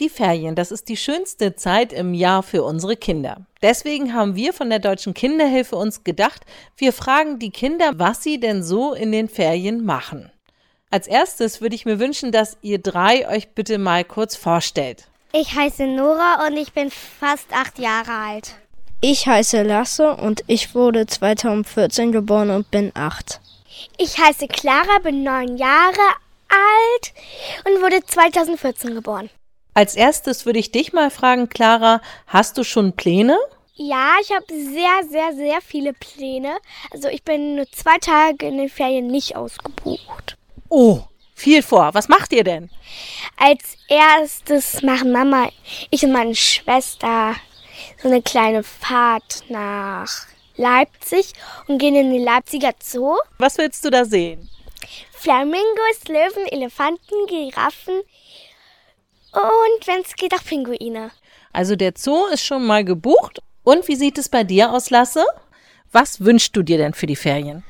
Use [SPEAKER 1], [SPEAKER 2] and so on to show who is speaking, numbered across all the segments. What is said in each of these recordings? [SPEAKER 1] Die Ferien, das ist die schönste Zeit im Jahr für unsere Kinder. Deswegen haben wir von der Deutschen Kinderhilfe uns gedacht, wir fragen die Kinder, was sie denn so in den Ferien machen. Als erstes würde ich mir wünschen, dass ihr drei euch bitte mal kurz vorstellt.
[SPEAKER 2] Ich heiße Nora und ich bin fast acht Jahre alt.
[SPEAKER 3] Ich heiße Lasse und ich wurde 2014 geboren und bin acht.
[SPEAKER 4] Ich heiße Clara, bin neun Jahre alt und wurde 2014 geboren.
[SPEAKER 1] Als erstes würde ich dich mal fragen, Clara, hast du schon Pläne?
[SPEAKER 4] Ja, ich habe sehr, sehr, sehr viele Pläne. Also ich bin nur zwei Tage in den Ferien nicht ausgebucht.
[SPEAKER 1] Oh, viel vor. Was macht ihr denn?
[SPEAKER 4] Als erstes machen Mama, ich und meine Schwester so eine kleine Fahrt nach Leipzig und gehen in den Leipziger Zoo.
[SPEAKER 1] Was willst du da sehen?
[SPEAKER 4] Flamingos, Löwen, Elefanten, Giraffen und wenn es geht auch Pinguine.
[SPEAKER 1] Also der Zoo ist schon mal gebucht. Und wie sieht es bei dir aus, Lasse? Was wünschst du dir denn für die Ferien?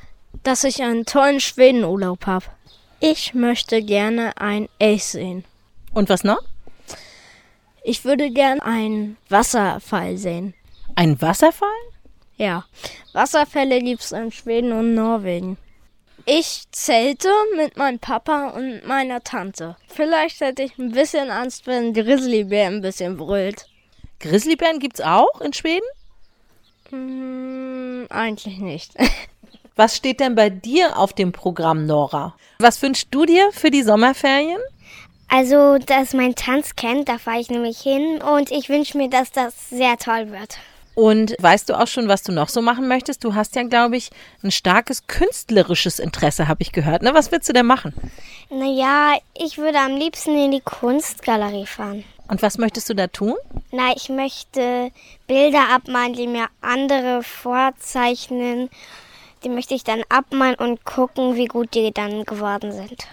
[SPEAKER 3] Dass ich einen tollen Schwedenurlaub habe. Ich möchte gerne ein Eis sehen.
[SPEAKER 1] Und was noch?
[SPEAKER 3] Ich würde gern einen Wasserfall sehen.
[SPEAKER 1] Ein Wasserfall?
[SPEAKER 3] Ja, Wasserfälle gibt's in Schweden und Norwegen. Ich zelte mit meinem Papa und meiner Tante. Vielleicht hätte ich ein bisschen Angst, wenn Grizzlybär ein bisschen brüllt.
[SPEAKER 1] Grizzlybären gibt's auch in Schweden?
[SPEAKER 3] Hm, eigentlich nicht.
[SPEAKER 1] Was steht denn bei dir auf dem Programm, Nora? Was wünschst du dir für die Sommerferien?
[SPEAKER 2] Also, dass mein Tanz kennt, da fahre ich nämlich hin und ich wünsche mir, dass das sehr toll wird.
[SPEAKER 1] Und weißt du auch schon, was du noch so machen möchtest? Du hast ja, glaube ich, ein starkes künstlerisches Interesse, habe ich gehört. Ne? Was willst du denn machen?
[SPEAKER 2] Naja, ich würde am liebsten in die Kunstgalerie fahren.
[SPEAKER 1] Und was möchtest du da tun?
[SPEAKER 2] Na, ich möchte Bilder abmalen, die mir andere vorzeichnen. Die möchte ich dann abmalen und gucken, wie gut die dann geworden sind.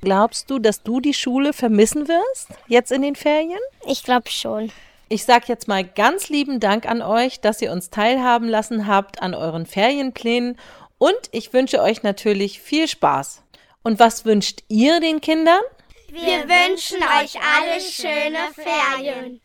[SPEAKER 1] Glaubst du, dass du die Schule vermissen wirst, jetzt in den Ferien?
[SPEAKER 2] Ich glaube schon.
[SPEAKER 1] Ich sage jetzt mal ganz lieben Dank an euch, dass ihr uns teilhaben lassen habt an euren Ferienplänen und ich wünsche euch natürlich viel Spaß. Und was wünscht ihr den Kindern?
[SPEAKER 5] Wir wünschen euch alle schöne Ferien.